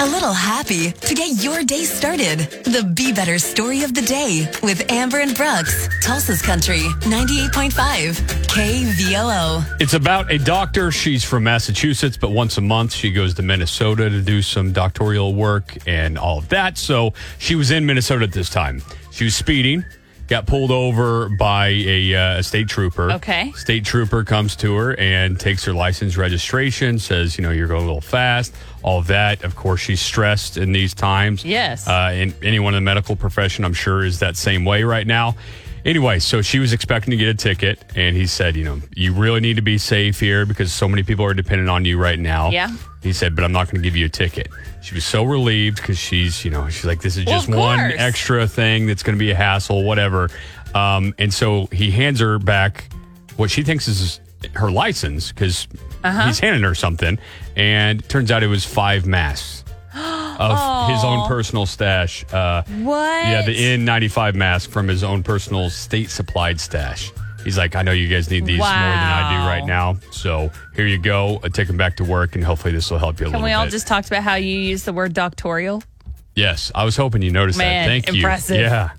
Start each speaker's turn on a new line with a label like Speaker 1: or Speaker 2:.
Speaker 1: a little happy to get your day started. The Be Better Story of the Day with Amber and Brooks, Tulsa's Country, 98.5, KVOO.
Speaker 2: It's about a doctor. She's from Massachusetts, but once a month she goes to Minnesota to do some doctoral work and all of that. So she was in Minnesota at this time. She was speeding, got pulled over by a, uh, a state trooper.
Speaker 3: Okay.
Speaker 2: State trooper comes to her and takes her license registration, says, you know, you're going a little fast, all of that. Of course, she's stressed in these times.
Speaker 3: Yes.
Speaker 2: Uh, and anyone in the medical profession, I'm sure, is that same way right now. Anyway, so she was expecting to get a ticket, and he said, You know, you really need to be safe here because so many people are dependent on you right now.
Speaker 3: Yeah.
Speaker 2: He said, But I'm not going to give you a ticket. She was so relieved because she's, you know, she's like, This is
Speaker 3: Well,
Speaker 2: just
Speaker 3: of
Speaker 2: one
Speaker 3: course.
Speaker 2: extra thing that's going to be a hassle, whatever. Um, and so he hands her back what she thinks is her license because
Speaker 3: Uh-huh.
Speaker 2: he's handing her something. And turns out it was five masks of his own personal stash. Uh,
Speaker 3: What?
Speaker 2: yeah, the N95 mask from his own personal state supplied stash. He's like, I know you guys need these more than I do
Speaker 3: Wow.
Speaker 2: right now. So here you go. I take them back to work, and hopefully this will help you a
Speaker 3: Can
Speaker 2: little
Speaker 3: we all
Speaker 2: bit.
Speaker 3: just talked about how you use the word doctorial?
Speaker 2: yes, I was hoping you noticed
Speaker 3: Man,
Speaker 2: that. Thank
Speaker 3: impressive.
Speaker 2: you. Yeah.